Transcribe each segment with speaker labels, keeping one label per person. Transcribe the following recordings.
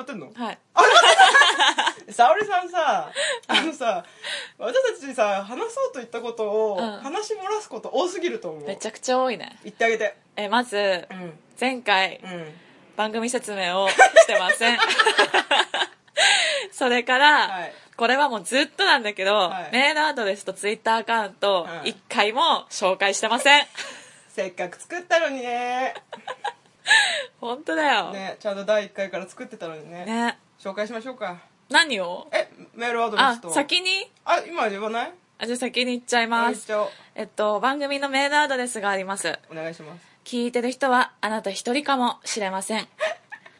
Speaker 1: ってんの
Speaker 2: はい
Speaker 1: 沙織さんさあのさ私たちさ話そうと言ったことを、
Speaker 2: うん
Speaker 1: 話し漏らすこと多すぎると思う
Speaker 2: めちゃくちゃ多いね
Speaker 1: 言ってあげて
Speaker 2: えまず
Speaker 1: うん
Speaker 2: 前回
Speaker 1: うん
Speaker 2: 番組説明をしてません それから、
Speaker 1: はい
Speaker 2: これはもうずっとなんだけど、
Speaker 1: はい
Speaker 2: メールアドレスとツイッターアカウント
Speaker 1: うん
Speaker 2: 一回も紹介してません
Speaker 1: せっかく作ったのにね
Speaker 2: 本当だよね
Speaker 1: ねちゃんと第1回から作ってたのにね紹介しましょうか
Speaker 2: 何を
Speaker 1: えメールアドレ
Speaker 2: あ
Speaker 1: スと
Speaker 2: 先に
Speaker 1: あ今言わない
Speaker 2: あじゃあ先に行っちゃいます
Speaker 1: 一応
Speaker 2: えっと番組のメールアドレスがあります
Speaker 1: お願いします
Speaker 2: 聞いてる人はあなた一人かもしれません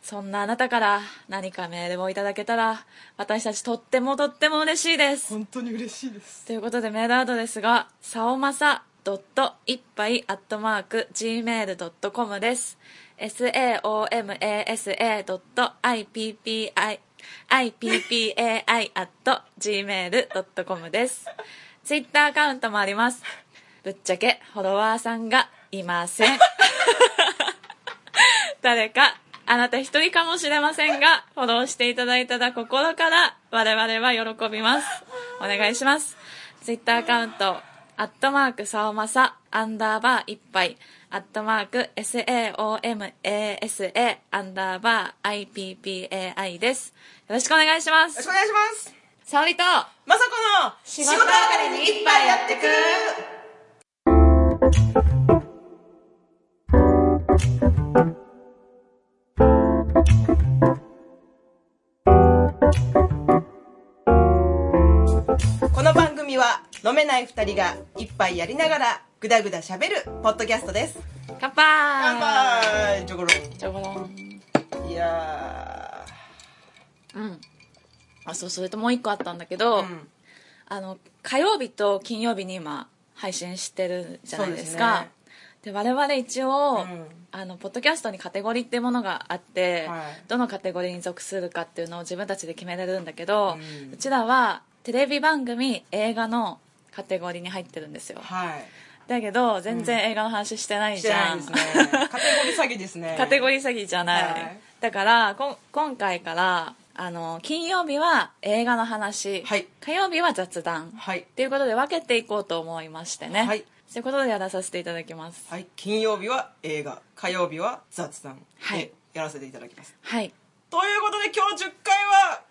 Speaker 2: そんなあなたから何かメールをいただけたら私たちとってもとっても嬉しいです
Speaker 1: 本当に嬉しいです
Speaker 2: ということでメールアドレスがさおまさドット一杯アットマーク gmail.com です saomasa ドット ippi ippai アット gmail.com ですツイッターアカウントもありますぶっちゃけフォロワーさんがいません誰かあなた一人かもしれませんがフォローしていただいたら心から我々は喜びますお願いしますツイッターアカウントアットマークさおまさアンダーバーいっぱいアットマーク SAOMASA アンダーバー IPPAI ですよろしくお願いしま
Speaker 1: よろしく
Speaker 2: す
Speaker 1: お願いします
Speaker 2: さおりと
Speaker 1: まさこの
Speaker 2: 仕
Speaker 1: 仕
Speaker 2: 事
Speaker 1: 事上
Speaker 2: 上が
Speaker 1: がり
Speaker 2: りに
Speaker 1: に
Speaker 2: 一
Speaker 1: 一
Speaker 2: 杯
Speaker 1: 杯
Speaker 2: や
Speaker 1: や
Speaker 2: っ
Speaker 1: っててく
Speaker 2: く
Speaker 1: この番組は飲めない二人が一杯やりながらぐだぐだしゃべるポッドキャストです
Speaker 2: 乾杯
Speaker 1: 乾杯ジョコロ
Speaker 2: じゃがらん
Speaker 1: ンいや
Speaker 2: うんあそうそれともう一個あったんだけ
Speaker 1: ー
Speaker 2: ど、
Speaker 1: うん
Speaker 2: あの火曜日と金曜日に今配信してるじゃないですかで,、我々一
Speaker 1: う
Speaker 2: 応、
Speaker 1: ん
Speaker 2: あのポッドキャストにカテゴリーっていうものがあって、
Speaker 1: はい
Speaker 2: どのカテゴリーに属するかっていうのを自分たちで決めれるんだけど、う
Speaker 1: うん
Speaker 2: ちらはテレビ番組映画のカテゴリーに入ってるんですよ
Speaker 1: はい
Speaker 2: だけど全然映画の話してない
Speaker 1: し
Speaker 2: じ
Speaker 1: てな
Speaker 2: ゃ
Speaker 1: い
Speaker 2: ん、
Speaker 1: ですね カテゴリー詐欺ですね
Speaker 2: カテゴリー詐欺じゃない、
Speaker 1: はい
Speaker 2: だからこん今回からあの金曜日は映画の話、
Speaker 1: はい
Speaker 2: 火曜日は雑談
Speaker 1: はい
Speaker 2: っていうことで分けていこうと思いましてね
Speaker 1: はい
Speaker 2: ということでやらさせていただきます
Speaker 1: はい、金曜日は映画火曜日は雑談
Speaker 2: はい
Speaker 1: でやらせていただきます
Speaker 2: はい
Speaker 1: ということで今日10回は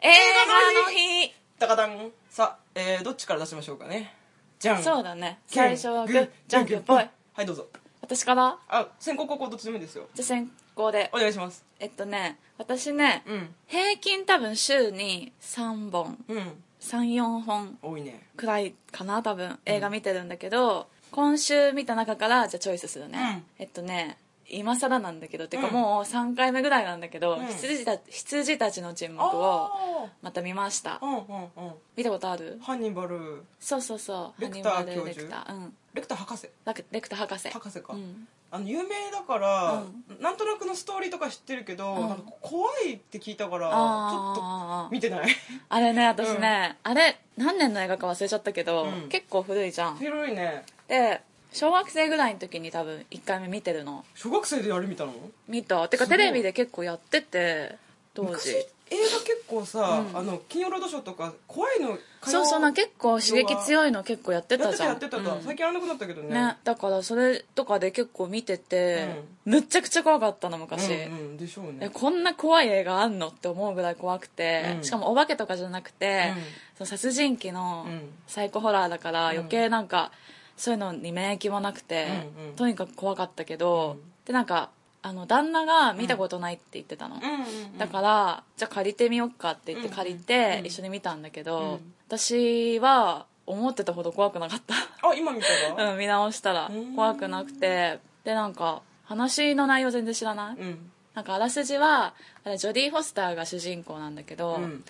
Speaker 2: 映画
Speaker 1: 画
Speaker 2: の
Speaker 1: の
Speaker 2: 日
Speaker 1: 日ダカダンさあ、えーどっちから出しましょうかねじゃん
Speaker 2: そう
Speaker 1: だ
Speaker 2: だね最初はグッジャンケンぽい
Speaker 1: はいどうぞ
Speaker 2: 私から
Speaker 1: あ先行後攻どっちでもいいですよ
Speaker 2: じゃあ先行で
Speaker 1: お願いします
Speaker 2: えっとね私ね、
Speaker 1: うん
Speaker 2: 平均多分週に3本
Speaker 1: うん
Speaker 2: 34本
Speaker 1: 多いね
Speaker 2: くらいかな多分映画見てるんだけど、今週見た中からじゃあチョイスするね、えっとね今更なんだけど、てか
Speaker 1: うん
Speaker 2: もう3回目ぐらいなんだけど、
Speaker 1: うん
Speaker 2: 羊た羊たちの沈黙を
Speaker 1: あ
Speaker 2: また見ました
Speaker 1: あうんうんうん
Speaker 2: 見たことある
Speaker 1: ハンニバル
Speaker 2: そうそうそう
Speaker 1: レクター
Speaker 2: ハニバル
Speaker 1: 教
Speaker 2: レク
Speaker 1: 授
Speaker 2: ターうん
Speaker 1: レクター博士
Speaker 2: レクレクター博士
Speaker 1: 博士か、
Speaker 2: うん、
Speaker 1: あの有名だから、
Speaker 2: う
Speaker 1: なんとなくのストーリーとか知ってるけど、
Speaker 2: うん
Speaker 1: なんか怖いって聞いたからちょっ
Speaker 2: あ
Speaker 1: と
Speaker 2: ー
Speaker 1: 見てない
Speaker 2: あれね私ね、あれ何年の映画か忘れちゃったけど、
Speaker 1: うん
Speaker 2: 結構古いじゃん
Speaker 1: 広いね
Speaker 2: で小学生ぐらいの時に多分1回目見てるの
Speaker 1: 小学生であれ見たの
Speaker 2: 見たてか
Speaker 1: すご
Speaker 2: テ
Speaker 1: い
Speaker 2: レビで結構やってて当
Speaker 1: 昔
Speaker 2: 時
Speaker 1: 映画結構さ、
Speaker 2: うん
Speaker 1: あの金曜ロードショーとか怖いの
Speaker 2: そうそうな結構刺激強いの結構やって
Speaker 1: やったて
Speaker 2: じ
Speaker 1: た
Speaker 2: ゃん
Speaker 1: やってた、
Speaker 2: うん
Speaker 1: 最近やらなくなったけどね
Speaker 2: ね、だからそれとかで結構見てて、むっちゃくちゃ怖かったの昔、
Speaker 1: うんうんでしょう
Speaker 2: え
Speaker 1: ね
Speaker 2: こんな怖い映化あんのって思うぐらい怖くて、
Speaker 1: うん
Speaker 2: しかもお化けとかじゃなくて、
Speaker 1: うん
Speaker 2: その殺人鬼の
Speaker 1: うん
Speaker 2: サイコホラーだから
Speaker 1: うん
Speaker 2: 余計なんか、そういうのに免疫もなくて、
Speaker 1: うんうん
Speaker 2: とにかく怖かったけど、
Speaker 1: うん
Speaker 2: でなんかあの旦那が見たことないって言ってたの、
Speaker 1: うんうんうん
Speaker 2: だからじゃあ借りてみようかって言って借り
Speaker 1: うん
Speaker 2: て
Speaker 1: うん
Speaker 2: 一緒に見たんだけど、
Speaker 1: うん
Speaker 2: 私は思ってたほど怖くなかった
Speaker 1: あ今見たら
Speaker 2: うん、見直したら
Speaker 1: うん
Speaker 2: 怖くなくてでなんか話の内容全然知らない、
Speaker 1: うん
Speaker 2: なんかあらすじはあれジョディ・フォスターが主人公なんだけど、
Speaker 1: うん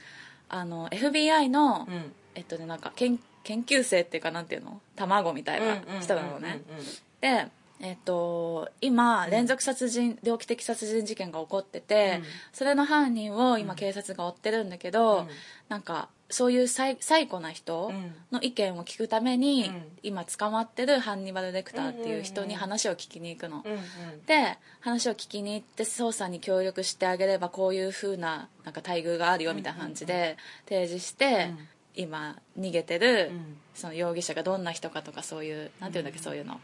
Speaker 2: あの FBI の、
Speaker 1: うん
Speaker 2: えっとねなんか研研究生っていうかなんていうの卵みたいな人なのね、
Speaker 1: うんうんうんうん
Speaker 2: でえっと、今連続殺人猟奇的殺人事件が起こってて、
Speaker 1: うん
Speaker 2: それの犯人を今警察が追ってるんだけど、
Speaker 1: うん
Speaker 2: なんかそういう最最古な人
Speaker 1: うん
Speaker 2: の意見を聞くために、
Speaker 1: うん
Speaker 2: 今捕まってるハンニバル・レクターっていう人
Speaker 1: うんうん
Speaker 2: に
Speaker 1: うん
Speaker 2: 話を聞きに行くの、
Speaker 1: うんうん
Speaker 2: で話を聞きに行って捜査に協力してあげればこういうふうななんか待遇があるよみたいな感じで提示して、
Speaker 1: うん
Speaker 2: 今逃げてる、
Speaker 1: うん
Speaker 2: その容疑者がどんな人かとかそういうなんていうんだっけ、そういうの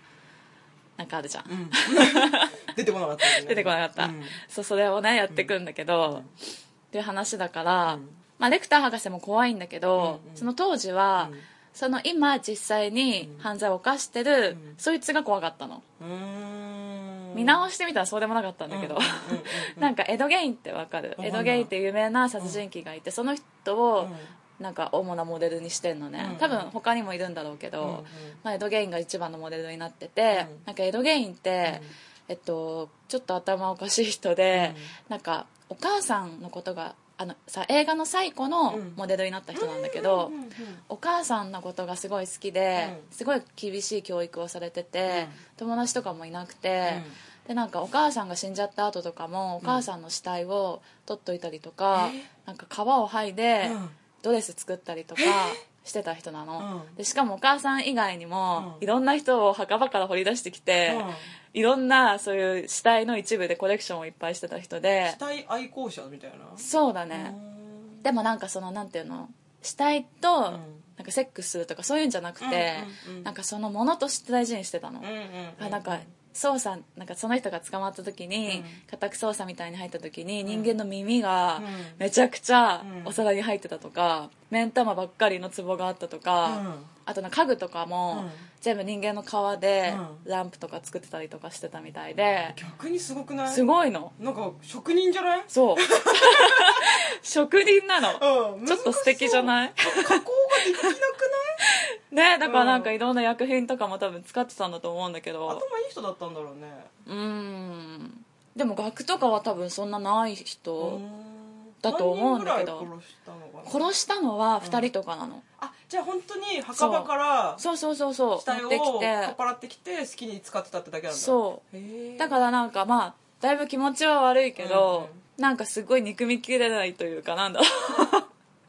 Speaker 2: なんかあるじゃん、
Speaker 1: うん 出てこなかったよね
Speaker 2: 出てこなかった、
Speaker 1: うん
Speaker 2: そうそれをねやってくんだけど、っていう話だから、
Speaker 1: うん
Speaker 2: まあ、レクター博士も怖いんだけど、
Speaker 1: うんうん
Speaker 2: その当時は、
Speaker 1: うん
Speaker 2: その今実際に犯罪を犯してる、
Speaker 1: うん
Speaker 2: そいつが怖かったの、
Speaker 1: うーん
Speaker 2: 見直してみたらそうでもなかったんだけど、
Speaker 1: うんうんうんうん
Speaker 2: なんかエド・ゲインってわかる
Speaker 1: わかんない
Speaker 2: エド・ゲインっていう有名な殺人鬼がいて、その人を
Speaker 1: う
Speaker 2: なんか主なモデルにしてんのね、
Speaker 1: うん
Speaker 2: 多分他にもいるんだろうけど、
Speaker 1: うんうん
Speaker 2: まあ、エド・ゲインが一番のモデルになってて、
Speaker 1: うん
Speaker 2: なんかエド・ゲインって、えっと、ちょっと頭おかしい人で、なんかお母さんのことがあのさ映画の最古の
Speaker 1: うん
Speaker 2: モデルになった人なんだけど、
Speaker 1: うんうんうん
Speaker 2: お母さんのことがすごい好きで、
Speaker 1: うん
Speaker 2: すごい厳しい教育をされてて、友達とかもいなくて、でなんかお母さんが死んじゃった後とかもお母さんの死体を取っといたりとか、
Speaker 1: え
Speaker 2: なんか皮を剥いで
Speaker 1: うん
Speaker 2: ドレス作ったりとかしてた人なの、
Speaker 1: うん
Speaker 2: でしかもお母さん以外にも、
Speaker 1: うん
Speaker 2: いろんな人を墓場から掘り出してきて、
Speaker 1: うん
Speaker 2: いろんなそういう死体の一部でコレクションをいっぱいしてた人で
Speaker 1: 死体愛好者みたいな
Speaker 2: そうだね、でもなんかそのなんていうの死体と、なんかセックスするとかそういうんじゃなくて、
Speaker 1: うんうんうん
Speaker 2: なんかそのものとして大事にしてたの、
Speaker 1: うんうんうん
Speaker 2: あなんか捜査なんかその人が捕まった時に、
Speaker 1: うん
Speaker 2: 家宅捜査みたいに入った時に人間の耳が
Speaker 1: うん
Speaker 2: めちゃくちゃ
Speaker 1: うん
Speaker 2: お皿に入ってたとか目ん玉ばっかりの壺があったとか、
Speaker 1: うん
Speaker 2: あとなんか家具とかも、
Speaker 1: うん
Speaker 2: 全部人間の皮で
Speaker 1: う
Speaker 2: ランプとか作ってたりとかしてたみたいで、
Speaker 1: 逆にすごくない
Speaker 2: すごいの
Speaker 1: なんか職人じゃない
Speaker 2: そう職人なの
Speaker 1: うん
Speaker 2: ちょっと素敵じゃ
Speaker 1: い
Speaker 2: ない
Speaker 1: 加工ができなくない
Speaker 2: ねだからなんかいろんな薬品とかも多分使ってたんだと思うんだけど
Speaker 1: 頭いい人だったんだろうね
Speaker 2: うーんでも額とかは多分そんなない人だと思うんだけど
Speaker 1: 何人ぐらい殺したのかな
Speaker 2: 殺したのは2人とかなの、
Speaker 1: あじゃあ本当に墓場から
Speaker 2: そうそうそうそう
Speaker 1: 死体
Speaker 2: 持
Speaker 1: を
Speaker 2: ってき
Speaker 1: かってぱらってきて好きに使ってたってだけなんだ
Speaker 2: そうう
Speaker 1: へ
Speaker 2: だ
Speaker 1: え
Speaker 2: からなんかまあだいぶ気持ちは悪いけど、
Speaker 1: うん
Speaker 2: なんかすごい憎みきれないというかなんだろ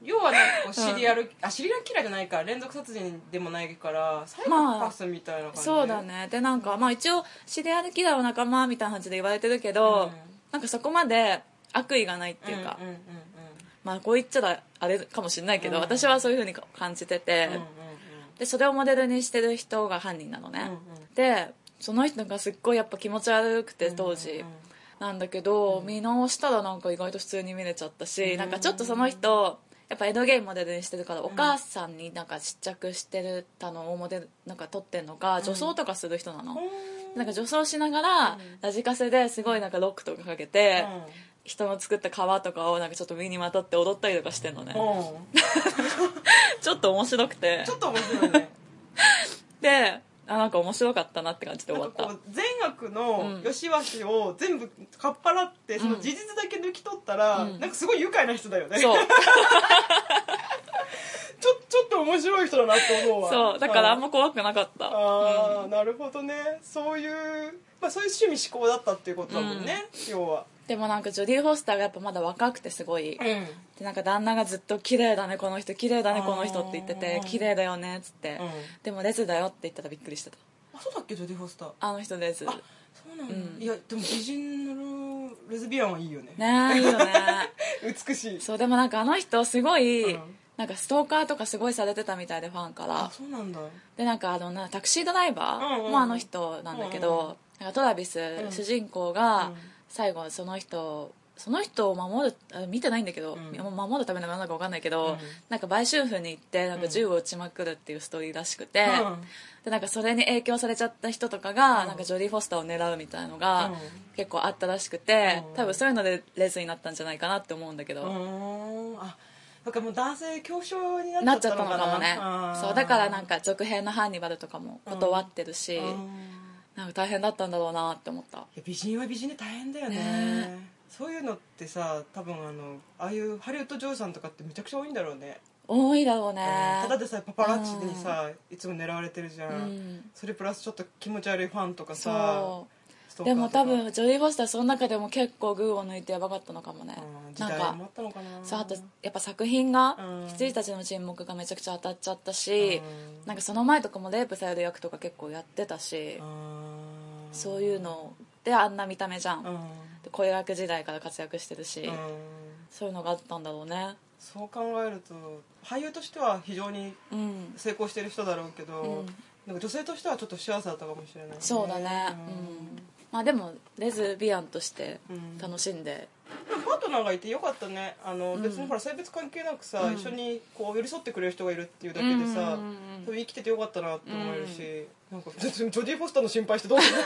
Speaker 1: 要はなんかこうシリアル、あシリアルキラーじゃないから連続殺人でもないからサイコパスみたいな感
Speaker 2: う
Speaker 1: じ、
Speaker 2: そうだねでなんかまあ一応シリアルキラーの仲間みたいな感じで言われてるけど、
Speaker 1: うん
Speaker 2: なんかそこまで悪意がないって
Speaker 1: うん
Speaker 2: い
Speaker 1: うん
Speaker 2: う
Speaker 1: うん
Speaker 2: か、
Speaker 1: うん
Speaker 2: まあこう言っちゃだあれかもしれないけど、
Speaker 1: うん
Speaker 2: 私はそういうふうに感じてて、
Speaker 1: うんうん
Speaker 2: でそれをモデルにしてる人が犯人なのね、
Speaker 1: うんうん
Speaker 2: でその人がすっごいやっぱ気持ち悪くて当時、
Speaker 1: うんうんうん
Speaker 2: なんだけど、見直したらなんか意外と普通に見れちゃったし、
Speaker 1: うん
Speaker 2: なんかちょっとその人やっぱエドゲインモデルにしてるからお母さんになんか試着してるたのをモデルなんか撮ってんのか女装とかする人なの、なんか女装しながらラジカセですごいなんかロックとかかけて、人の作った皮とかをなんかちょっと身にまとって踊ったりとかしてんのね、
Speaker 1: うんうんうん
Speaker 2: ちょっと面白くて
Speaker 1: ちょっと面白いね
Speaker 2: であなんか面白かったなって感じで
Speaker 1: な
Speaker 2: 終
Speaker 1: ん
Speaker 2: わ
Speaker 1: か
Speaker 2: った
Speaker 1: こう善悪の良し悪しを全部かっぱらってその事実だけ抜き取ったら、
Speaker 2: うん
Speaker 1: なんかすごい愉快な人だよね
Speaker 2: そう
Speaker 1: ちょちょっと面白い人だなって思うわ
Speaker 2: そうだからあんま怖くなかっ
Speaker 1: あ
Speaker 2: た
Speaker 1: あー、なるほどねそういう、まあ、そういう趣味思考だったっていうことだもんね、要は
Speaker 2: でもなんかジョディ・フォスターがやっぱまだ若くてすごい、
Speaker 1: うん
Speaker 2: でなんか旦那がずっと「綺麗だねこの人綺麗だね
Speaker 1: あー
Speaker 2: この人」って言ってて「綺麗だよね」っつって、
Speaker 1: うん
Speaker 2: でもレズだよって言ったらびっくりしてた
Speaker 1: あそうだっけジョディ・フォスター
Speaker 2: あの人レズ
Speaker 1: あそうなんだ、
Speaker 2: うん
Speaker 1: いやでも美人のレズビアンはいいよね
Speaker 2: ねえいいよね
Speaker 1: 美しい
Speaker 2: そうでもなんかあの人すごい、
Speaker 1: うん
Speaker 2: なんかストーカーとかすごいされてたみたいでファンか
Speaker 1: あ
Speaker 2: ら
Speaker 1: そうなんだ
Speaker 2: でなんかあのなタクシードライバ
Speaker 1: うんうんう
Speaker 2: ー
Speaker 1: ん
Speaker 2: もあの人なんだけ
Speaker 1: うんうん
Speaker 2: ど、なんかトラビス、
Speaker 1: ん
Speaker 2: 主人公
Speaker 1: う
Speaker 2: が
Speaker 1: ん
Speaker 2: 最後その人をその人を守るあ見てないんだけど、
Speaker 1: うん
Speaker 2: いや守るためなのかなんだか分かんないけど、
Speaker 1: うん
Speaker 2: なんか売春婦に行ってなんか銃を撃ちまくるっていうストーリーらしくて、
Speaker 1: うん
Speaker 2: でなんかそれに影響されちゃった人とかが、
Speaker 1: うん
Speaker 2: なんかジョディ・フォスターを狙うみたいなのが、
Speaker 1: うん
Speaker 2: 結構あったらしくて、
Speaker 1: うん
Speaker 2: 多分そういうのでレズになったんじゃないかなって思うんだけ
Speaker 1: う
Speaker 2: ど、
Speaker 1: ーんあだからもう男性恐怖症にな
Speaker 2: な
Speaker 1: っ
Speaker 2: っ
Speaker 1: ち
Speaker 2: ち
Speaker 1: ゃ
Speaker 2: ゃ
Speaker 1: っ
Speaker 2: ったた
Speaker 1: の
Speaker 2: の
Speaker 1: かな
Speaker 2: かもねそうだからなんか続編の「ハンニバル」とかも断ってるし、
Speaker 1: うんい
Speaker 2: なんか大変だったんだろうなって思った
Speaker 1: や美人は美人で大変だよね
Speaker 2: ね
Speaker 1: そういうのってさ多分あのああいうハリウッド女優さんとかってめちゃくちゃ多いんだろうね
Speaker 2: 多いだろうね
Speaker 1: ただでさえパパラッチにさ、いつも狙われてるじゃん、
Speaker 2: うん
Speaker 1: それプラスちょっと気持ち悪いファンとかさス
Speaker 2: そ
Speaker 1: ト
Speaker 2: う
Speaker 1: ーカーと
Speaker 2: でも
Speaker 1: か
Speaker 2: 多分ジョリー・ボスターその中でも結構群を抜いてやばかったのかもね
Speaker 1: うん時
Speaker 2: なん
Speaker 1: 代
Speaker 2: か
Speaker 1: もあったのかな
Speaker 2: そうあとやっぱ作品が
Speaker 1: うん
Speaker 2: 羊たちの沈黙がめちゃくちゃ当たっちゃったし
Speaker 1: うん
Speaker 2: なんかその前とかもレイプされる役とか結構やってたし
Speaker 1: あー
Speaker 2: そういうのであんな見た目じゃ
Speaker 1: うんん
Speaker 2: で子役時代から活躍してるし
Speaker 1: うん
Speaker 2: そういうのがあったんだろうね
Speaker 1: そう考えると俳優としては非常に
Speaker 2: うん
Speaker 1: 成功してる人だろうけど、
Speaker 2: うん
Speaker 1: なんか女性としてはちょっと不幸せだったかもしれない、
Speaker 2: そうだねうんまあでもレズビアンとして
Speaker 1: うん
Speaker 2: 楽しんで
Speaker 1: でもパートナーがいてよかったねあの、
Speaker 2: うん
Speaker 1: 別にほら性別関係なくさ、
Speaker 2: うん
Speaker 1: 一緒にこう寄り添ってくれる人がいるっていうだけでさ、
Speaker 2: うんうんうん
Speaker 1: 多分生きててよかったなって思えるし、なんか別にジョディ・フォスターの心配してどうする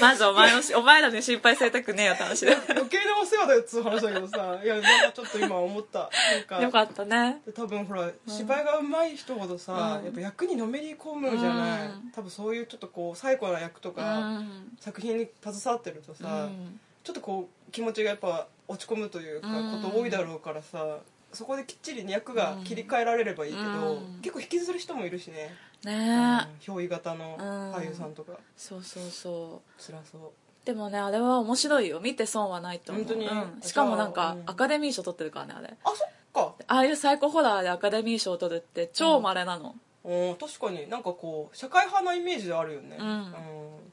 Speaker 2: まずお前のしお前らに心配されたくねえよ楽しんで
Speaker 1: 余計なお世話だよっつう話だけどさいやなんかちょっと今思ったなんか
Speaker 2: よかったね
Speaker 1: で多分ほら芝居が上手い人ほどさ、
Speaker 2: うん
Speaker 1: やっぱ役にのめり込むじゃない、
Speaker 2: うん
Speaker 1: 多分そういうちょっとこう最高な役と
Speaker 2: う
Speaker 1: か、
Speaker 2: ん
Speaker 1: 作品に携わってると
Speaker 2: う
Speaker 1: さ、
Speaker 2: ん
Speaker 1: ちょっとこう気持ちがやっぱ落ち込むというか
Speaker 2: うん
Speaker 1: こと多いだろうからさそこできっちり役が切り替えられればいいけど、
Speaker 2: うん
Speaker 1: 結構引きずる人もいるしね、
Speaker 2: ねえ
Speaker 1: 憑依型の
Speaker 2: うん
Speaker 1: 俳優さんとか
Speaker 2: そうそうそう
Speaker 1: 辛そう
Speaker 2: でもねあれは面白いよ見て損はないと思う
Speaker 1: 本当に
Speaker 2: うんしかもなん
Speaker 1: じゃあう
Speaker 2: か
Speaker 1: ん
Speaker 2: アカデミー賞取ってるからねあれ
Speaker 1: あそっか
Speaker 2: ああいうサイコホラーでアカデミー賞取るって超まれなの、
Speaker 1: うん確かになんかこう社会派なイメージであるよね
Speaker 2: うん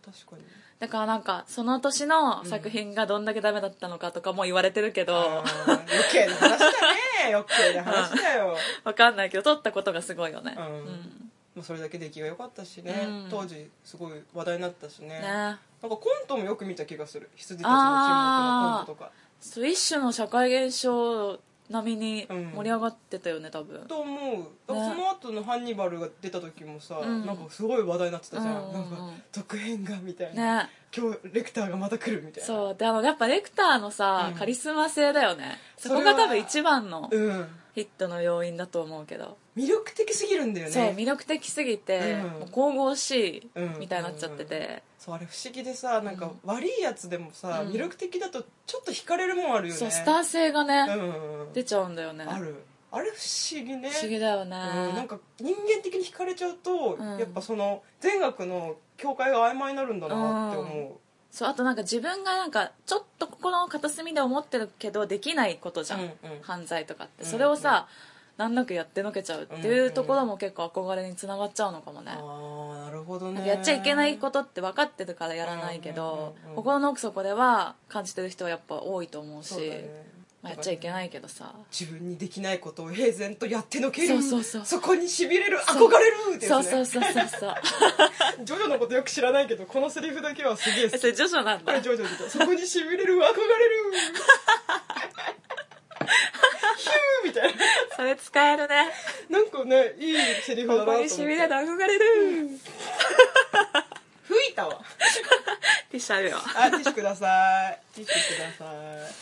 Speaker 1: 確かに
Speaker 2: だからなんかその年の作品がどんだけダメだったのかとかも言われてるけど
Speaker 1: あ、ー余計な話だ ね余計な話だよ、
Speaker 2: わかんないけど取ったことがすごいよね
Speaker 1: うん
Speaker 2: うん
Speaker 1: まあ、それだけ出来が良かったしね、
Speaker 2: うん
Speaker 1: 当時すごい話題になったしね
Speaker 2: ね
Speaker 1: なんかコントもよく見た気がする羊たちの沈黙のコントとか
Speaker 2: そう一種の社会現象並みに盛り上がってたよね多分、
Speaker 1: と思うだからその後の「ハンニバル」が出た時もさ、
Speaker 2: うん
Speaker 1: なんかすごい話題になってたじゃん,、
Speaker 2: うん
Speaker 1: なんか続編がみたいな、
Speaker 2: ね
Speaker 1: 今日レクターがまた来るみたいな
Speaker 2: そうであのやっぱレクターのさ、
Speaker 1: うん
Speaker 2: カリスマ性だよねそこ
Speaker 1: それ
Speaker 2: が
Speaker 1: は
Speaker 2: 多分一番の
Speaker 1: うん
Speaker 2: ヒットの要因だと思うけど、
Speaker 1: 魅力的すぎるんだよね
Speaker 2: そう魅力的すぎて、
Speaker 1: うん
Speaker 2: もう神々しい
Speaker 1: うん
Speaker 2: みたいになっちゃってて、
Speaker 1: そうあれ不思議でさなんか悪いやつでもさ、
Speaker 2: うん
Speaker 1: 魅力的だとちょっと惹かれるもんあるよね
Speaker 2: そうスター性がね、
Speaker 1: うんうんうん
Speaker 2: 出ちゃうんだよね
Speaker 1: あるあれ不思議ね
Speaker 2: 不思議だよね、
Speaker 1: うんなんか人間的に惹かれちゃうと、
Speaker 2: うん
Speaker 1: やっぱその善悪の境界が曖昧になるんだなって思
Speaker 2: そうあとなんか自分がなんかちょっと心の片隅で思ってるけどできないことじゃん、
Speaker 1: うんうん
Speaker 2: 犯罪とかって、
Speaker 1: うん
Speaker 2: それをさ難なくやってのけちゃうって
Speaker 1: うん
Speaker 2: いううんところも結構憧れにつながっちゃうのかも
Speaker 1: う、
Speaker 2: ね、
Speaker 1: ああなるほど
Speaker 2: なん
Speaker 1: ね
Speaker 2: かやっちゃいけないことって分かってるからやらないけど、
Speaker 1: うんうんうんうん
Speaker 2: 心の奥底では感じてる人はやっぱ多いと思うし
Speaker 1: そうだね
Speaker 2: まあ、やっちゃいけないけどさ
Speaker 1: 自分にできないことを平然とやってのける
Speaker 2: そうそうそう
Speaker 1: こにしびれる
Speaker 2: そ
Speaker 1: 憧
Speaker 2: う
Speaker 1: れるってや
Speaker 2: そう
Speaker 1: つね
Speaker 2: そうそうそうそう
Speaker 1: ジョジョのことよく知らないけどこのセリフだけはすげえ好き
Speaker 2: それ徐々なん
Speaker 1: こ
Speaker 2: だ
Speaker 1: れジョジョでそこにしびれる 憧れるヒューみたい
Speaker 2: それ使えるね
Speaker 1: ななんかねいいセリフだな
Speaker 2: ことこ
Speaker 1: 思っ
Speaker 2: に
Speaker 1: て
Speaker 2: しびれる憧れる、
Speaker 1: 吹いたわ
Speaker 2: ティッシュあるよ
Speaker 1: あティッシュくださいティッシュください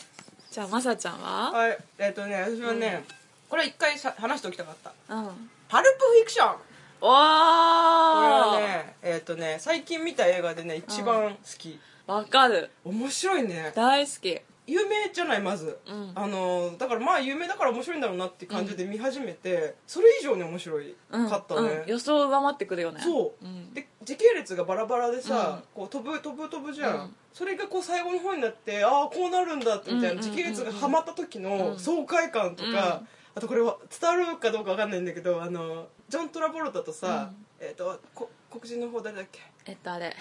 Speaker 2: じゃあまさちゃんは
Speaker 1: はい、えっ、とね、私はね、これ一回さ話しておきたかった。
Speaker 2: うん
Speaker 1: パルプフィクション。こ
Speaker 2: お
Speaker 1: れは
Speaker 2: ー
Speaker 1: ね、えっ、とね、最近見た映画でね、一番好き。
Speaker 2: わかる
Speaker 1: 面白いね。
Speaker 2: 大好き
Speaker 1: 有名じゃないまず、
Speaker 2: うん
Speaker 1: あのだからまあ有名だから面白いんだろうなって感じで見始めて、それ以上に面白い
Speaker 2: うん
Speaker 1: かったね、
Speaker 2: うん、予想を上回ってくるよね
Speaker 1: そう、
Speaker 2: ん、
Speaker 1: で時系列がバラバラでさ、こう飛ぶ飛ぶ飛ぶじゃん、
Speaker 2: うん
Speaker 1: それがこう最後の方になってああこうなるんだってみたいな、
Speaker 2: うんうんうんうん
Speaker 1: 時系列がはまった時の
Speaker 2: うん
Speaker 1: 爽快感とか、
Speaker 2: うん
Speaker 1: あとこれは伝わるかどうかわかんないんだけどあのジョン・トラボルタとさ、えっ、とこ黒人の方誰だっけ
Speaker 2: えっ とあれ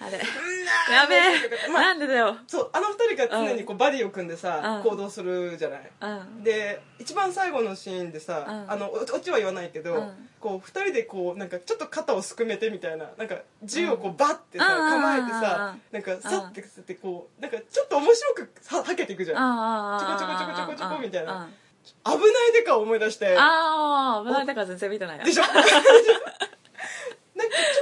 Speaker 2: あれ
Speaker 1: や
Speaker 2: やべえ、
Speaker 1: まあ、
Speaker 2: なんでだよ
Speaker 1: そうあの二人が常にこうバディを組んでさ、
Speaker 2: うん
Speaker 1: 行動するじゃない
Speaker 2: うん
Speaker 1: で一番最後のシーンでさ、
Speaker 2: うん
Speaker 1: あのおオチは言わないけど、
Speaker 2: うん
Speaker 1: こう2人でこうなんかちょっと肩をすくめてみたいななんか銃をこうバッてさ、
Speaker 2: うん
Speaker 1: 構えて
Speaker 2: う
Speaker 1: さ
Speaker 2: ん、
Speaker 1: なんかさってさってこうなんかちょっと面白くははけていくじゃん、
Speaker 2: ああ
Speaker 1: ちょこちょこちょこちょこみたいな
Speaker 2: あ
Speaker 1: 危ないでかを思い出して
Speaker 2: あー危ないだから全然見てないよ
Speaker 1: でしょ なんか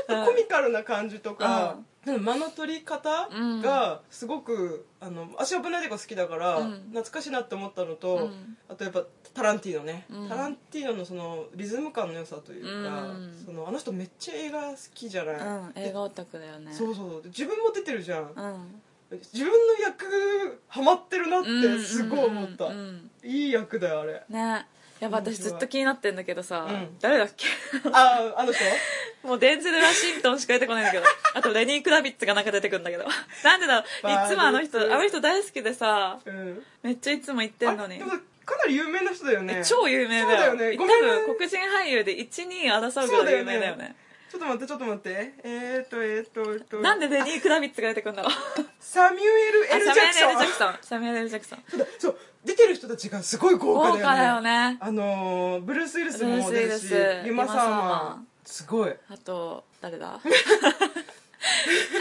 Speaker 1: ちょっとコミカルな感じとか、なんか間の取り方がすごく、あの足危ないでか好きだから、
Speaker 2: うん
Speaker 1: 懐かしいなって思ったのと、
Speaker 2: うん
Speaker 1: あとやっぱタランティーノね、
Speaker 2: うん
Speaker 1: タランティーノのそのリズム感の良さというか、
Speaker 2: うん
Speaker 1: そのあの人めっちゃ映画好きじゃない、
Speaker 2: うん映画オタクだよね
Speaker 1: そうそうで自分も出てるじゃん、
Speaker 2: うん
Speaker 1: 自分の役ハマってるなってすごい思った、
Speaker 2: うんうんうん
Speaker 1: いい役だよあ れ
Speaker 2: うんねやっぱ私ずっと気になってんだけどさ、
Speaker 1: うん
Speaker 2: 誰だっけ
Speaker 1: ああの人
Speaker 2: もうデンゼル・ワシントンしか出てこないんだけ どあとレニー・クラビッツがなんか出てくるんだけどなんでだろ
Speaker 1: まあ
Speaker 2: ういつもあの人
Speaker 1: レニー
Speaker 2: あの人大好きでさ
Speaker 1: うん
Speaker 2: めっちゃいつも言ってんの
Speaker 1: あ
Speaker 2: に
Speaker 1: でもかなり有名な人だよね
Speaker 2: 超有名だよ
Speaker 1: そうだよね
Speaker 2: 多
Speaker 1: ごめんね
Speaker 2: 分黒人俳優で12位争うぐらい有名だよ
Speaker 1: そうだよ
Speaker 2: ね
Speaker 1: ちょっと待ってちょっと待ってえーっとえーっとえーっと
Speaker 2: なんでレニー・クラビッツが出てくるんだろう
Speaker 1: サミュエ
Speaker 2: あ
Speaker 1: ル・エル・
Speaker 2: サ
Speaker 1: ジ
Speaker 2: ミュ
Speaker 1: ャ
Speaker 2: エル・
Speaker 1: ク
Speaker 2: ジ
Speaker 1: ソン
Speaker 2: ャクソンサミュエル・エル・ジャクソン
Speaker 1: そうだそう出てる人たちがすごい豪華だよ
Speaker 2: 豪
Speaker 1: ね
Speaker 2: 華だよね
Speaker 1: あのーブルース・ウィルスも
Speaker 2: ブル
Speaker 1: 出
Speaker 2: ー
Speaker 1: る
Speaker 2: ス
Speaker 1: し
Speaker 2: ウィルス
Speaker 1: ユマ・サー
Speaker 2: ユマサーマ
Speaker 1: マ
Speaker 2: ン
Speaker 1: ンすごい
Speaker 2: あと誰だ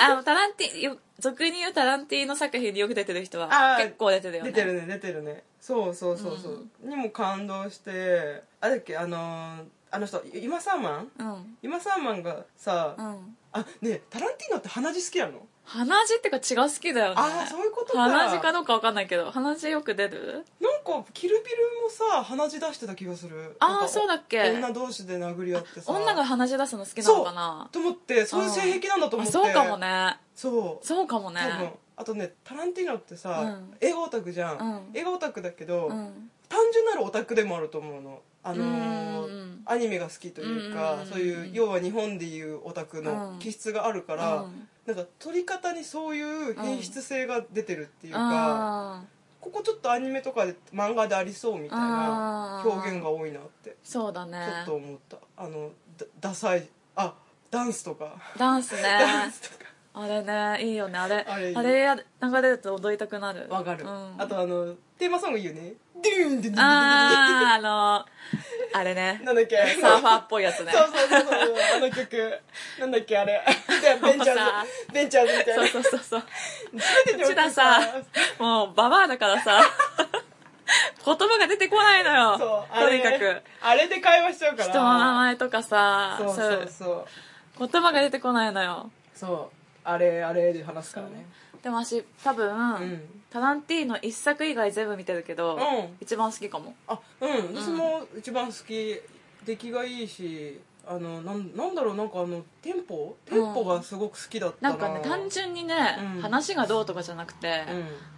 Speaker 2: あのタランティよ俗に言うタランティの作品によく出てる人は
Speaker 1: あー
Speaker 2: 結構出てるよね
Speaker 1: 出てるね出てるねそうそうそうそう、にも感動してあれだっけあのーあの人ユマ・サーマン
Speaker 2: うん
Speaker 1: ユマ・サーマンがさ、
Speaker 2: うん
Speaker 1: あねえタランティーノって鼻血好きなの
Speaker 2: 鼻血ってか血が好きだよね
Speaker 1: あーそういうことか
Speaker 2: 鼻血かどうかわかんないけど鼻血よく出る
Speaker 1: なんかキルビルもさ鼻血出してた気がする
Speaker 2: あー
Speaker 1: なんか
Speaker 2: そうだっけ
Speaker 1: 女同士で殴り合ってさ
Speaker 2: 女が鼻血出すの好きなのかな
Speaker 1: と思ってそういう性癖なんだと思って
Speaker 2: あそうかもね
Speaker 1: そう
Speaker 2: そうかもね
Speaker 1: 多分あとねタランティーノってさ、
Speaker 2: うん
Speaker 1: 映画オタクじゃん、
Speaker 2: うん
Speaker 1: 映画オタクだけど、
Speaker 2: うん
Speaker 1: 単純なるオタクでもあると思うのあのー
Speaker 2: うんうんうん
Speaker 1: アニメが好きというか、
Speaker 2: うんうんうんうん
Speaker 1: そういう要は日本でいうオタクの気質があるから、
Speaker 2: うん
Speaker 1: なんか撮り方にそういう演出性が出てるっていうか、
Speaker 2: あー
Speaker 1: ここちょっとアニメとかで漫画でありそうみたいな
Speaker 2: あー
Speaker 1: 表現が多いなって
Speaker 2: そうだね
Speaker 1: ちょっと思ったあのだダサいあダンスとか、
Speaker 2: ダンスね
Speaker 1: ダンスとか
Speaker 2: あれねいいよねあれ
Speaker 1: あれいい
Speaker 2: あれや流れると踊りたくなる
Speaker 1: わかる、
Speaker 2: うん
Speaker 1: あとあのテーマソングいいよねドゥーンって
Speaker 2: あーあのあれね
Speaker 1: なんだっけ
Speaker 2: サーファーっぽいやつね
Speaker 1: そうそうそうそうあの曲なんだっけあれでベンチャー
Speaker 2: さ
Speaker 1: ズベンチャーズみたいな
Speaker 2: そうそうそう
Speaker 1: 全て
Speaker 2: うちらさもうババアだからさ言葉が出てこないのよ
Speaker 1: そうあ
Speaker 2: と
Speaker 1: れ
Speaker 2: にか
Speaker 1: ね
Speaker 2: く
Speaker 1: あれで会話しちゃうから
Speaker 2: 人の名前とかさ
Speaker 1: そうそうそう
Speaker 2: そう言葉が出てこないのよ
Speaker 1: そうあれあれで話すからね
Speaker 2: でも私多分、
Speaker 1: ん
Speaker 2: タランティーノ一作以外全部見てるけど、
Speaker 1: うん
Speaker 2: 一番好きかも
Speaker 1: あうん私も一番好き出来がいいしあのなんなんだろうなんかあのテンポテンポがすごく好きだった
Speaker 2: な
Speaker 1: なん
Speaker 2: かね単純にね、
Speaker 1: うん
Speaker 2: 話がどうとかじゃなくて、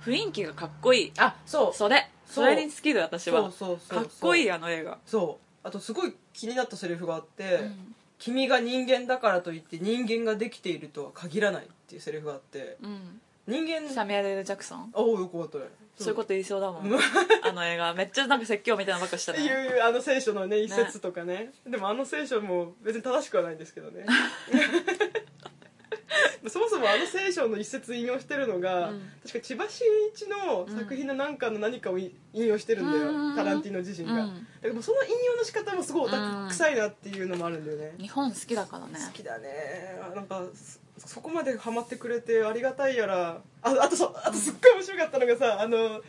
Speaker 1: うん
Speaker 2: 雰囲気がかっこいい
Speaker 1: あそう
Speaker 2: それ
Speaker 1: そ
Speaker 2: そうれに尽きる私は
Speaker 1: そうそうそうそう
Speaker 2: かっこいいあの映画
Speaker 1: そうあとすごい気になったセリフがあって、
Speaker 2: ん
Speaker 1: 君が人間だからといって人間ができているとは限らない」っていうセリフがあって
Speaker 2: うん
Speaker 1: 人間
Speaker 2: サミュエル・ L ジャクソン
Speaker 1: あおうよくわかったね
Speaker 2: そういうことと言いそうだもん
Speaker 1: うん
Speaker 2: あの映画めっちゃなんか説教みたいなのばっかした
Speaker 1: って
Speaker 2: ね
Speaker 1: いうあの聖書のね一節とかねでもあの聖書も別に正しくはないんですけど ねそもそもあの聖書の一節引用してるのが、
Speaker 2: うん
Speaker 1: 確か千葉真一の作品の何かの何かをい引用してるんだよ、
Speaker 2: うん
Speaker 1: タランティーノ自身が、
Speaker 2: うん
Speaker 1: だからもうその引用の仕方もすごいオタク臭いなっていうのもあるんだよね、
Speaker 2: 日本好きだからね
Speaker 1: 好きだねなんかそそこまでハマってくれてありがたいやらああとそうあとすっごい面白かったのがさあの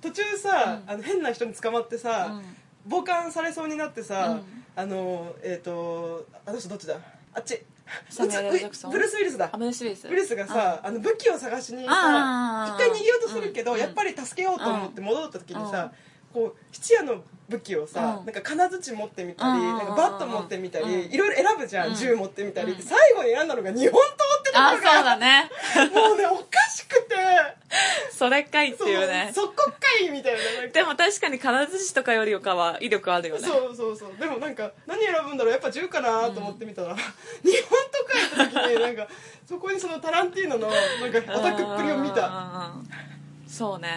Speaker 1: 途中さ、あの変な人に捕まってさ、傍観されそうになってさ、
Speaker 2: うん
Speaker 1: あのえっ、とあの人どっちだあっち
Speaker 2: サミュエル
Speaker 1: うつうい
Speaker 2: ジャクソン
Speaker 1: ブルース・ウィルスだ
Speaker 2: アメルシリーズ
Speaker 1: ウィルスがさあの武器を探しに
Speaker 2: あ
Speaker 1: さ
Speaker 2: ー
Speaker 1: 一回逃げようとするけど、
Speaker 2: うん
Speaker 1: やっぱり助けようと思って戻った時に
Speaker 2: うん
Speaker 1: さ、こう質屋の武器をさ、
Speaker 2: うん
Speaker 1: なんか金槌持ってみたり、
Speaker 2: うん
Speaker 1: なんかバット持ってみたり、
Speaker 2: うん
Speaker 1: いろいろ選ぶじゃん、
Speaker 2: うん
Speaker 1: 銃持ってみたり、
Speaker 2: うん
Speaker 1: 最後に選んだのが日本刀ってとこ
Speaker 2: ああ
Speaker 1: ろ
Speaker 2: そうだ
Speaker 1: が、
Speaker 2: ね
Speaker 1: もうねおかしく て
Speaker 2: それかいっていうね
Speaker 1: そうそこかいみたいななんか
Speaker 2: でも確かに金槌とかよりかは威力あるよね
Speaker 1: そうそうそうでもなんか何選ぶんだろうやっぱ銃かなと思ってみたら、日本刀かいった時になんかそこにそのタランティーノのなんかオタクっぷりを見た
Speaker 2: たそうね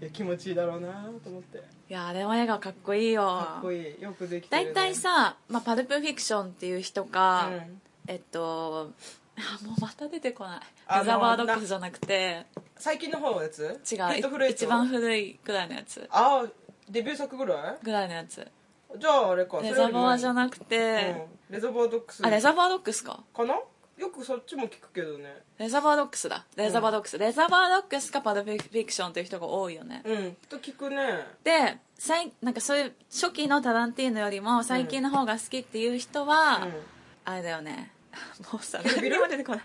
Speaker 1: いや気持ちいいだろうなと思って。
Speaker 2: いやあれも映画かっこいいよ
Speaker 1: かっこいいよくできてる、
Speaker 2: 大体さ、まあ、パルプフィクションっていう人か、
Speaker 1: うん
Speaker 2: えっとあもうまた出てこない
Speaker 1: あの
Speaker 2: レザーバードッグスじゃなくて
Speaker 1: 最近の方のやつ違う
Speaker 2: 違う一番古いぐらいのやつ
Speaker 1: ああデビュー作ぐら
Speaker 2: ぐらいのやつ
Speaker 1: いじゃああれか
Speaker 2: レザーバーじゃ
Speaker 1: な
Speaker 2: なくて、
Speaker 1: レザーバードックス
Speaker 2: あレ
Speaker 1: か
Speaker 2: ザーバードッグスか
Speaker 1: なよくそっちも聞くけどね
Speaker 2: レザーバードッグスだレザーバードッグス、レザーバードッグスかパルプフィクションっていう人が多いよね、
Speaker 1: うんと聞くね
Speaker 2: で最なんかそういう初期のタランティーノよりも最近の方が好きっていう人は、
Speaker 1: う
Speaker 2: あれだよね もうさ
Speaker 1: ルビル
Speaker 2: 何も出てこない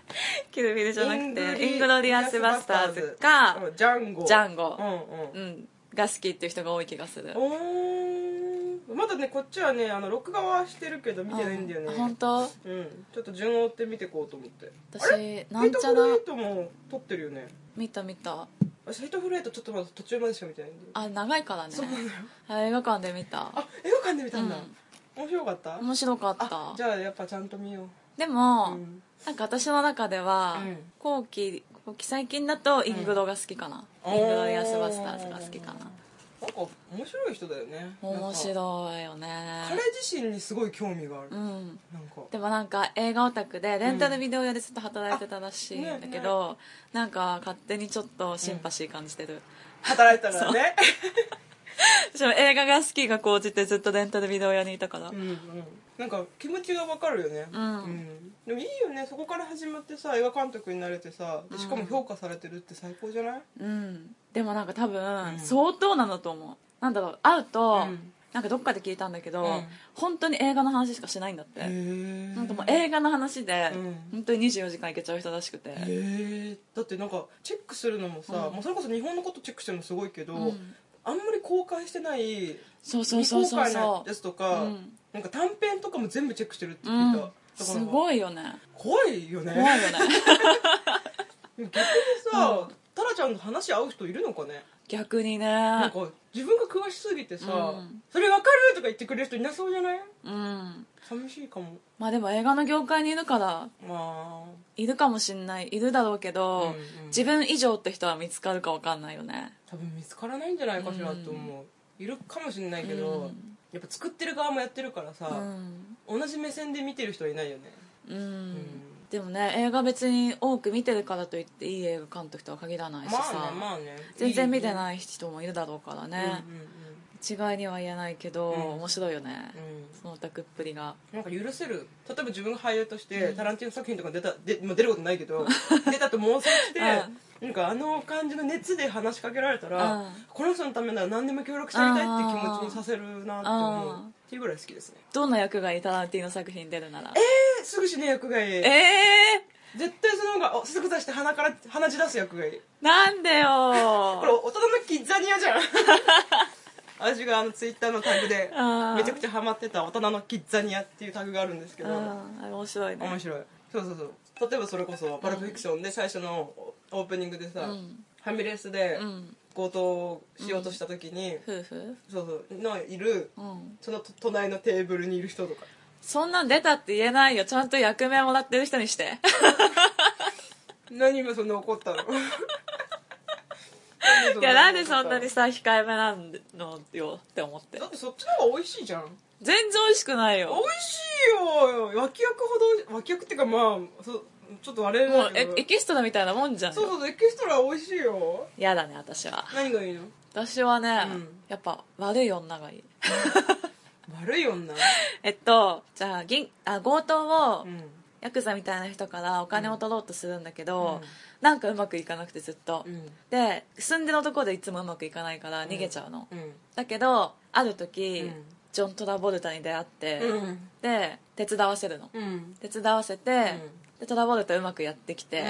Speaker 2: キルビルじゃなくてイン
Speaker 1: グ
Speaker 2: グロリアス・バスターズか、
Speaker 1: うんジャンゴ
Speaker 2: ジャンゴ
Speaker 1: うん
Speaker 2: う
Speaker 1: うん
Speaker 2: ん、が好きっていう人が多い気がする
Speaker 1: おーまだねこっちはねあの録画はしてるけど見てないんだよ
Speaker 2: あ
Speaker 1: ね
Speaker 2: 本当
Speaker 1: うんちょっと順を追って見てこうと思って
Speaker 2: 私
Speaker 1: あれ
Speaker 2: なんちゃ
Speaker 1: ペイ
Speaker 2: ら
Speaker 1: トクルエイトも撮ってるよね
Speaker 2: 見た見た
Speaker 1: 私ヘイトフルエイトちょっとまだ途中までしか見てないんで
Speaker 2: あ長いからね
Speaker 1: そうなんだよ
Speaker 2: あ映画館で見た
Speaker 1: あ映画館で見たんだ、
Speaker 2: うん
Speaker 1: 面白かった
Speaker 2: 面白かっ
Speaker 1: あ
Speaker 2: た
Speaker 1: じゃあやっぱちゃんと見よう
Speaker 2: でも、
Speaker 1: うん
Speaker 2: なんか私の中では、
Speaker 1: うん
Speaker 2: 後期後期最近だとイングロが好きかな、
Speaker 1: うん
Speaker 2: イングロリアスバスターズが好きかな
Speaker 1: なんか面白い人だよね
Speaker 2: 面
Speaker 1: なんか
Speaker 2: 白いよね
Speaker 1: 彼自身にすごい興味がある、
Speaker 2: うん
Speaker 1: なんか
Speaker 2: でもなんか映画オタクでレンタルビデオ屋でずっと働いてたらしいんだけど、なんか勝手にちょっとシンパシー感じてる、
Speaker 1: 働いたら ね
Speaker 2: 私も映画が好きが高じてずっとレンタルビデオ屋にいたから、
Speaker 1: うんうんなんか気持ちがわかるよね、
Speaker 2: うん
Speaker 1: でもいいよねそこから始まってさ映画監督になれてさでしかも評価されてるって最高じゃない、
Speaker 2: うん、でもなんか多
Speaker 1: うん
Speaker 2: 分相当なんだと思うなんだろう会うと、
Speaker 1: うん
Speaker 2: なんかどっかで聞いたんだけど、
Speaker 1: うん
Speaker 2: 本当に映画の話しかしないんだって、
Speaker 1: へえ
Speaker 2: なんかもう映画の話で、
Speaker 1: うん
Speaker 2: 本当に24時間いけちゃう人らしくて、
Speaker 1: へえだってなんかチェックするのもさ、
Speaker 2: うん
Speaker 1: もうそれこそ日本のことチェックしてるのすごいけど、
Speaker 2: うん
Speaker 1: あんまり公開してない
Speaker 2: そうそう
Speaker 1: 未
Speaker 2: そう
Speaker 1: 公
Speaker 2: そう
Speaker 1: 開
Speaker 2: そ
Speaker 1: の
Speaker 2: う
Speaker 1: やつとか、
Speaker 2: うん
Speaker 1: なんか短編とかも全部チェックしてるって
Speaker 2: う
Speaker 1: 聞いた、
Speaker 2: ん、
Speaker 1: だ
Speaker 2: す
Speaker 1: い
Speaker 2: ごいよね
Speaker 1: 怖いよね
Speaker 2: 怖いよね
Speaker 1: でも逆にさ、タラちゃんの話合う人いるのかね
Speaker 2: 逆にね
Speaker 1: なんか自分が詳しすぎてさ、
Speaker 2: うん
Speaker 1: それわかるとか言ってくれる人いなそうじゃない
Speaker 2: うん
Speaker 1: 寂しいかも
Speaker 2: まあでも映画の業界にいるから
Speaker 1: ま
Speaker 2: いるかもしんないいるだろうけど、
Speaker 1: うんうん
Speaker 2: 自分以上って人は見つかるかわかんないよね
Speaker 1: あ多分見つからないんじゃないかしらと思う、いるかもしれないけど、
Speaker 2: うん
Speaker 1: やっぱ作ってる側もやってるから
Speaker 2: う
Speaker 1: さ、
Speaker 2: ん、
Speaker 1: 同じ目線で見てる人はいないよね
Speaker 2: うん
Speaker 1: ん
Speaker 2: でもね映画別に多く見てるからといっていい映画監督とは限らないしさ、
Speaker 1: まあねまあね
Speaker 2: 全然見て
Speaker 1: い
Speaker 2: ない人もいるだろうから
Speaker 1: い
Speaker 2: ね、
Speaker 1: うん
Speaker 2: 一概には言えないけど、
Speaker 1: うん
Speaker 2: 面白いよね、
Speaker 1: うんうんうん
Speaker 2: そのオタクっぷりが
Speaker 1: なんか許せる例えば自分が俳優として、タランティーノ作品とか出たで、まあ、出ることないけ ど出たと妄想して、なんかあの感じの熱で話しかけられたら、
Speaker 2: うん
Speaker 1: この人のためなら何でも協力してやりたいっていう気持ちにさせるなって思う
Speaker 2: うん
Speaker 1: っていうぐらい好きですね
Speaker 2: どんな役がいいタランティーノ作品出るなら
Speaker 1: えすぐ死ね役がいい
Speaker 2: ええ
Speaker 1: 絶対その方がおすぐ出して鼻から鼻血出す役がいい
Speaker 2: ー、なん
Speaker 1: こ
Speaker 2: で
Speaker 1: れ
Speaker 2: よ
Speaker 1: 大人のキッザニアじゃん 私があのツイッターのタグで
Speaker 2: あー
Speaker 1: めちゃくちゃハマってた大人のキッザニアっていうタグがあるんですけ
Speaker 2: う
Speaker 1: ど
Speaker 2: んあれ面白いね
Speaker 1: 面白いそうそうそう例えばそれこそ「パルプフィクション」で最初のオープニングでさ、
Speaker 2: うん
Speaker 1: ファミレスで
Speaker 2: うん
Speaker 1: 強盗しようとした時に、
Speaker 2: 夫婦
Speaker 1: そうそうのいる
Speaker 2: うん
Speaker 1: その隣のテーブルにいる人とか
Speaker 2: そんなん出たって言えないよちゃんと役名もらってる人にして
Speaker 1: 何今そんな怒 ったの
Speaker 2: いやなんでそん
Speaker 1: 怒
Speaker 2: な
Speaker 1: った
Speaker 2: にさ控えめなのよって思って
Speaker 1: だってそっちの方が美味しいじゃん
Speaker 2: 全然美味しくない
Speaker 1: 美
Speaker 2: よ
Speaker 1: 味しいよ脇役ほど脇役っていうかまあそちょっとあれ
Speaker 2: も
Speaker 1: だ
Speaker 2: う
Speaker 1: け
Speaker 2: エ
Speaker 1: ど
Speaker 2: エキストラみたいなもんじゃん
Speaker 1: そうそうそうエキストラ美味しいよ
Speaker 2: 嫌だね私は
Speaker 1: 何がいいの
Speaker 2: 私はね、
Speaker 1: うん
Speaker 2: やっぱ悪い女がいい
Speaker 1: 悪い女
Speaker 2: えっとじゃあ銀あ強盗を、
Speaker 1: うん
Speaker 2: ヤクザみたいな人からお金を取ろうとするんだけど、
Speaker 1: うん
Speaker 2: なんかうまくいかなくてずっと、
Speaker 1: うん
Speaker 2: で住んでるとこでいつもうまくいかないから逃げちゃうの、
Speaker 1: うん
Speaker 2: だけどある時、
Speaker 1: うん
Speaker 2: ジョン・トラボルタに出会って、
Speaker 1: うん
Speaker 2: で手伝わせるの、
Speaker 1: うん
Speaker 2: 手伝わせて、でトラボルタうまくやってきて、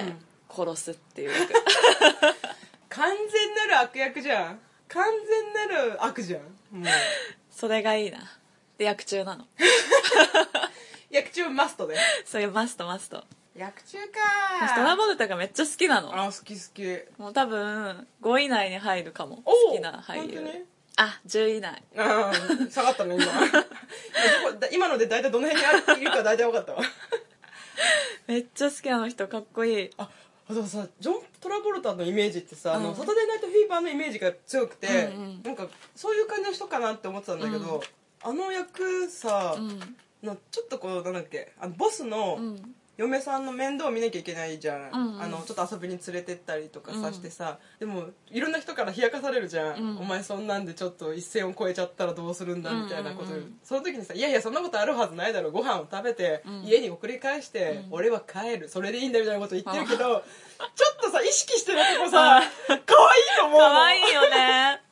Speaker 2: 殺すっていう 役
Speaker 1: 完全なる悪役じゃん完全なる悪じゃんもう
Speaker 2: それがいいなで役中なの
Speaker 1: 役中マストで
Speaker 2: それマストマスト
Speaker 1: 役中
Speaker 2: 私トラ
Speaker 1: か
Speaker 2: ボルタがめっちゃ好きなの
Speaker 1: あ好き好き
Speaker 2: もう多分5位以内に入るかも
Speaker 1: お
Speaker 2: 好きな俳優
Speaker 1: 本当に
Speaker 2: あ10位以内
Speaker 1: うん下がった ね今今どこだ今ので大体どの辺にあるいるか大体分かったわ
Speaker 2: めっちゃ好きなの人かっこいい
Speaker 1: ああとさジョン・トラボルタのイメージってさ、あ
Speaker 2: う
Speaker 1: の
Speaker 2: ん
Speaker 1: サタデー・ナイト・フィーバーのイメージが強くて、
Speaker 2: うんうん
Speaker 1: なんかそういう感じの人かなって思ってたんだけど、あの役さ、
Speaker 2: うん
Speaker 1: のちょっとこうなんだっけあのボスの
Speaker 2: うん
Speaker 1: 嫁さんの面倒を見なきゃいけないじゃん、
Speaker 2: うんうん
Speaker 1: あのちょっと遊びに連れてったりとか
Speaker 2: う
Speaker 1: さ
Speaker 2: ん
Speaker 1: してさ、でもいろんな人から冷やかされるじゃん、
Speaker 2: うん
Speaker 1: お前そんなんでちょっと一線を越えちゃったらどうするんだみたいなこと、
Speaker 2: うんうんうん
Speaker 1: その時にさ「いやいやそんなことあるはずないだろご飯を食べて、
Speaker 2: うん
Speaker 1: 家に送り返して、
Speaker 2: うん
Speaker 1: 俺は帰るそれでいいんだ」みたいなこと言ってるけど、ちょっとさ意識してるとこさ可愛いと思う
Speaker 2: か
Speaker 1: の
Speaker 2: わいいよ ね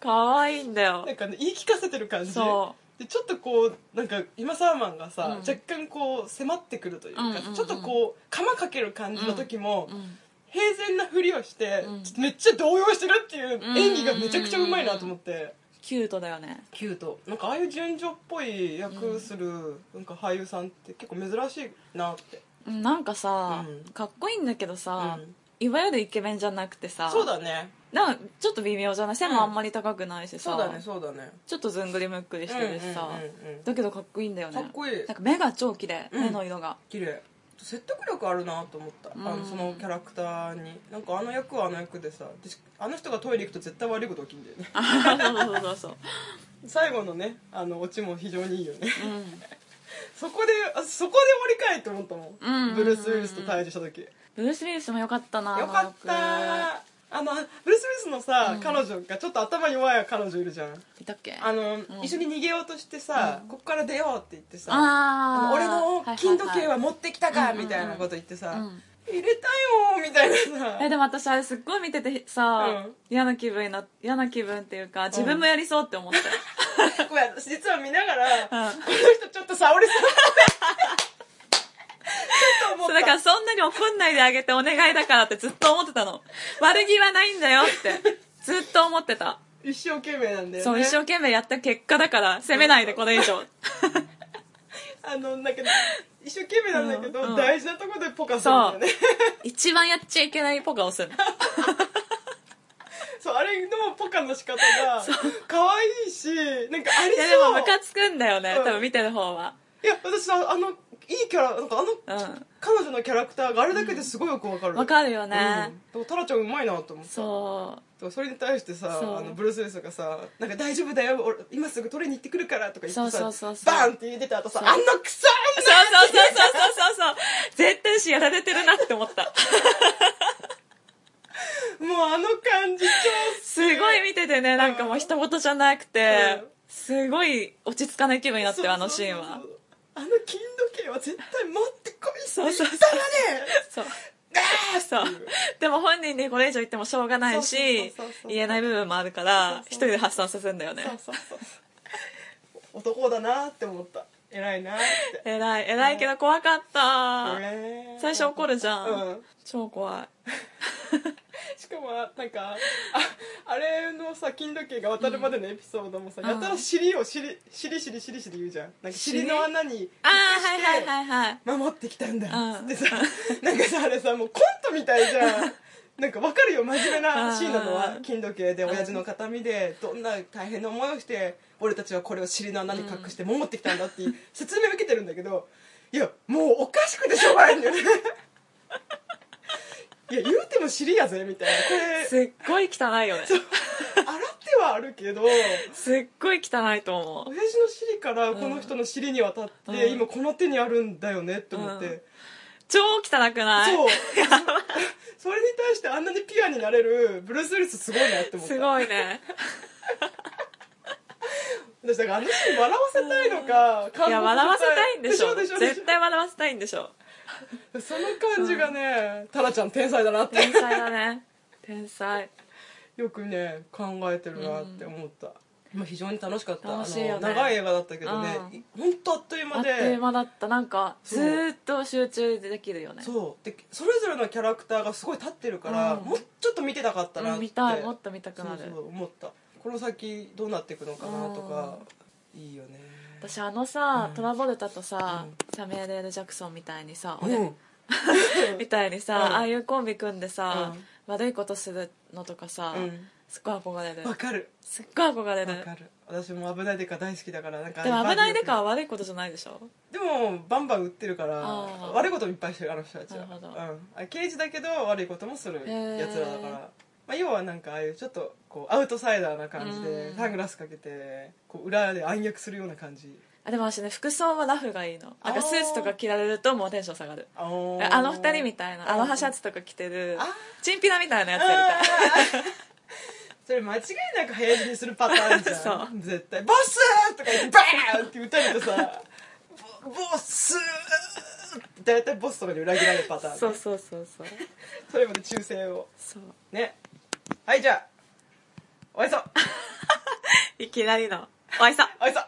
Speaker 2: かわいいんだよ
Speaker 1: なんかね言い聞かせてる感じ
Speaker 2: そ
Speaker 1: でちょっとこうなんか今サーマンがさ、
Speaker 2: うん
Speaker 1: 若干こう迫ってくるというか、
Speaker 2: うんうんうん
Speaker 1: ちょっとこう鎌かける感じの時も、
Speaker 2: う、うん、
Speaker 1: 平然なふりをして、
Speaker 2: うん
Speaker 1: ちょっとめっちゃ動揺してるっていう
Speaker 2: うん
Speaker 1: 演技がめちゃくちゃうまいなと思って、
Speaker 2: キュートだよね
Speaker 1: キュートなんかああいう順序っぽい役する、なんか俳優さんって結構珍しいなって
Speaker 2: うんなんかさ、
Speaker 1: うん
Speaker 2: かっこいいんだけどさ、
Speaker 1: うん
Speaker 2: いわゆるイケメンじゃなくてさ
Speaker 1: そうだね
Speaker 2: なんかちょっと微妙じゃない背もあんまり高くないしさ、
Speaker 1: そうだねそうだね
Speaker 2: ちょっとずんぐりむっくりしてるしさ、
Speaker 1: うんうんうんうん
Speaker 2: だけどかっこいいんだよね
Speaker 1: かっこいい
Speaker 2: なんか目が超綺麗
Speaker 1: うん
Speaker 2: 目の色が、
Speaker 1: 綺麗説得力あるなと思った、あ
Speaker 2: うん
Speaker 1: のそのキャラクターになんかあの役はあの役でさでしあの人がトイレ行くと絶対悪いこと起きるんだよね
Speaker 2: そうそうそうそう
Speaker 1: 最後のねあのオチも非常にいいよね
Speaker 2: うん
Speaker 1: そこであそこで終わりかいと思ったも
Speaker 2: うんうんうんうん
Speaker 1: んブルース・ウィリスと対峙した時よ
Speaker 2: ブルース・ウィリスもよかったな
Speaker 1: かったーあのブルース・ウィリスのさ、彼女がちょっと頭弱い彼女いるじゃん
Speaker 2: いたっけ
Speaker 1: あの、一緒に逃げようとしてさ、ここから出ようって言ってさあ
Speaker 2: あ
Speaker 1: の
Speaker 2: ー
Speaker 1: 俺の金時計
Speaker 2: いい
Speaker 1: は持ってきたか
Speaker 2: うんうんうん
Speaker 1: みたいなこと言ってさ、
Speaker 2: うん
Speaker 1: 入れたよーみたいなさ
Speaker 2: いえでも私あれすっごい見ててさ、
Speaker 1: うん
Speaker 2: 嫌な気分にな嫌な気分っていうか自分もやりそうって思った、
Speaker 1: ごめん私実は見ながら、こ
Speaker 2: うん
Speaker 1: の人ちょっと沙織さ んだなってちょっと思っ
Speaker 2: そ
Speaker 1: た
Speaker 2: うだからそんなに怒んないであげてお願いだからってずっと思って たの悪気はないんだよってずっと思ってた
Speaker 1: 一生懸命なんだよね
Speaker 2: そう一生懸命やった結果だから責めないでこれ以上
Speaker 1: あのなんか一生懸命なんだけど、
Speaker 2: うんうん
Speaker 1: 大事なとこでポカするんだよね
Speaker 2: 一番やっちゃいけないポカをするの
Speaker 1: そうあれのポカの仕方 が可愛いしなんかあり
Speaker 2: いやで
Speaker 1: そう
Speaker 2: もムカつくんだよね、
Speaker 1: うん
Speaker 2: 多分見てる方はい
Speaker 1: や私ああのいいキャラなんかあの、
Speaker 2: うん
Speaker 1: 彼女のキャラクターがあれだけですごいよくわかる
Speaker 2: わかるよね、
Speaker 1: うん、でもタラちゃんうまいなと思った
Speaker 2: そ
Speaker 1: だからそれに対してさ
Speaker 2: そう
Speaker 1: あのブルース・ウィリスがさ「なんか大丈夫だよ俺今すぐ取りに行ってくるから」とか言ってさ
Speaker 2: そうそうそうそう
Speaker 1: バーンって入れてた後さ
Speaker 2: そう
Speaker 1: あんなクソ
Speaker 2: うそうそうそうそうそうそうそう絶対しやられてるなって思った
Speaker 1: 女もうあの感じ 超
Speaker 2: すごい見ててねなんかもう人事じゃなくて、
Speaker 1: うん
Speaker 2: すごい落ち着かない気分になって
Speaker 1: そうそうそう
Speaker 2: るあのシーンは
Speaker 1: あの金時計は絶対持ってこい
Speaker 2: そうそうそう
Speaker 1: って言っ
Speaker 2: そう
Speaker 1: たらね
Speaker 2: そう
Speaker 1: っていう
Speaker 2: でも本人にこれ以上言ってもしょうがないし
Speaker 1: そうそうそうそう
Speaker 2: 言えない部分もあるから
Speaker 1: そうそう
Speaker 2: 一人で発散させるんだよね
Speaker 1: そうそうそう男だなって思った偉いなって
Speaker 2: 偉い偉いけど怖かった、
Speaker 1: ね
Speaker 2: 最初怒るじゃん、
Speaker 1: うん
Speaker 2: 超怖い
Speaker 1: しかもなんかああれのさ金時計が渡るまでのエピソードもさ、
Speaker 2: うん
Speaker 1: やたら尻を尻尻尻尻尻言うじゃんなんか尻の穴に
Speaker 2: ああはいはいはいはい
Speaker 1: 守ってきたんだ
Speaker 2: うん
Speaker 1: つってさ、なんかさあれさもうコントみたいじ ゃんなんかわかるよ真面目なシーンなのは
Speaker 2: うん
Speaker 1: 金時計で親父の形見でどんな大変な思いをして俺たちはこれを尻の穴に隠して守ってきたんだっていう 説明を受けてるんだけどいやもうおかしくてしょうがないんだよ ねいや言うても尻やぜみたいなこれ
Speaker 2: すっごい汚いよね
Speaker 1: 洗ってはあるけど親
Speaker 2: すっごい汚いと思う
Speaker 1: 父の尻からこの人の尻に渡って、
Speaker 2: うん
Speaker 1: 今この手にあるんだよねって思って、
Speaker 2: うん超汚くない
Speaker 1: そう それに対してあんなにピュアになれるブルース・ウィリスすごいなって思った
Speaker 2: すごいね
Speaker 1: 私だからあのシーン笑わせたいのか感動さ
Speaker 2: いや笑わせたいんでしょ
Speaker 1: でしょでしょでし
Speaker 2: 絶対笑わせたいんでしょ
Speaker 1: ょその感じがね、タラちゃん天才だなって
Speaker 2: 天才だね 天才
Speaker 1: よくね考えてるなって思った、まあ非常に楽しかった
Speaker 2: 楽しいよね
Speaker 1: あの長い映画だったけどね
Speaker 2: うん
Speaker 1: 本当、ほんとあっという
Speaker 2: あ
Speaker 1: 間
Speaker 2: っと
Speaker 1: で
Speaker 2: いう間だったなんか
Speaker 1: そう
Speaker 2: ずーっと集中できるよね
Speaker 1: そうでそれぞれのキャラクターがすごい立ってるから、
Speaker 2: うん
Speaker 1: もうちょっと見てたかったなっ
Speaker 2: う
Speaker 1: て、
Speaker 2: ん見たいもっと見たくなる
Speaker 1: そうそう思ったこの先どうなっていくのかなとか、いいよね
Speaker 2: 私あのさ、
Speaker 1: うん
Speaker 2: トラボルタとさ、
Speaker 1: うん
Speaker 2: サミュエル・ L ・ジャクソンみたいにさ、
Speaker 1: うん
Speaker 2: 俺みたいにさ、
Speaker 1: うん
Speaker 2: ああいうコンビ組んでさ、
Speaker 1: うん
Speaker 2: 悪いことするのとかさ、
Speaker 1: うん
Speaker 2: すっごい憧れる
Speaker 1: わかる
Speaker 2: すっごい憧れる
Speaker 1: わかる私も危ないデカ大好きだからなんか
Speaker 2: でも危ないでかは
Speaker 1: バン
Speaker 2: 悪いことじゃないでし
Speaker 1: バ
Speaker 2: ょ
Speaker 1: ンでもバンバン売ってるから
Speaker 2: あー
Speaker 1: 悪いこともいっぱいしてるあの人たちは
Speaker 2: なるほど
Speaker 1: うんあれ、刑事だけど悪いこともするやつらだか
Speaker 2: へー
Speaker 1: ら、まあ、要はなんかああいうちょっとこうアウトサイダーな感じ
Speaker 2: う
Speaker 1: で
Speaker 2: ん
Speaker 1: サングラスかけてこう裏で暗躍するような感じ
Speaker 2: あでも私ね服装はラフがいいのなん
Speaker 1: あー
Speaker 2: かスーツとか着られるともうテンション下がる
Speaker 1: あの
Speaker 2: あの二人みたいなアロハシャ
Speaker 1: ツ
Speaker 2: ツとか着てる
Speaker 1: あー
Speaker 2: チンピラみたいなやつやりたい
Speaker 1: それ間違いなく早死にするパターンじ
Speaker 2: そ
Speaker 1: ゃ
Speaker 2: うん
Speaker 1: 絶対「ボス!」とか言ってバーンって打たれてさ「ボボス!」大体ボスとかに裏切られるパターンね
Speaker 2: そうそうそうそう
Speaker 1: それまで忠誠を
Speaker 2: そう
Speaker 1: ねはいじゃあおいそ
Speaker 2: いきなりのおいさ
Speaker 1: おいそ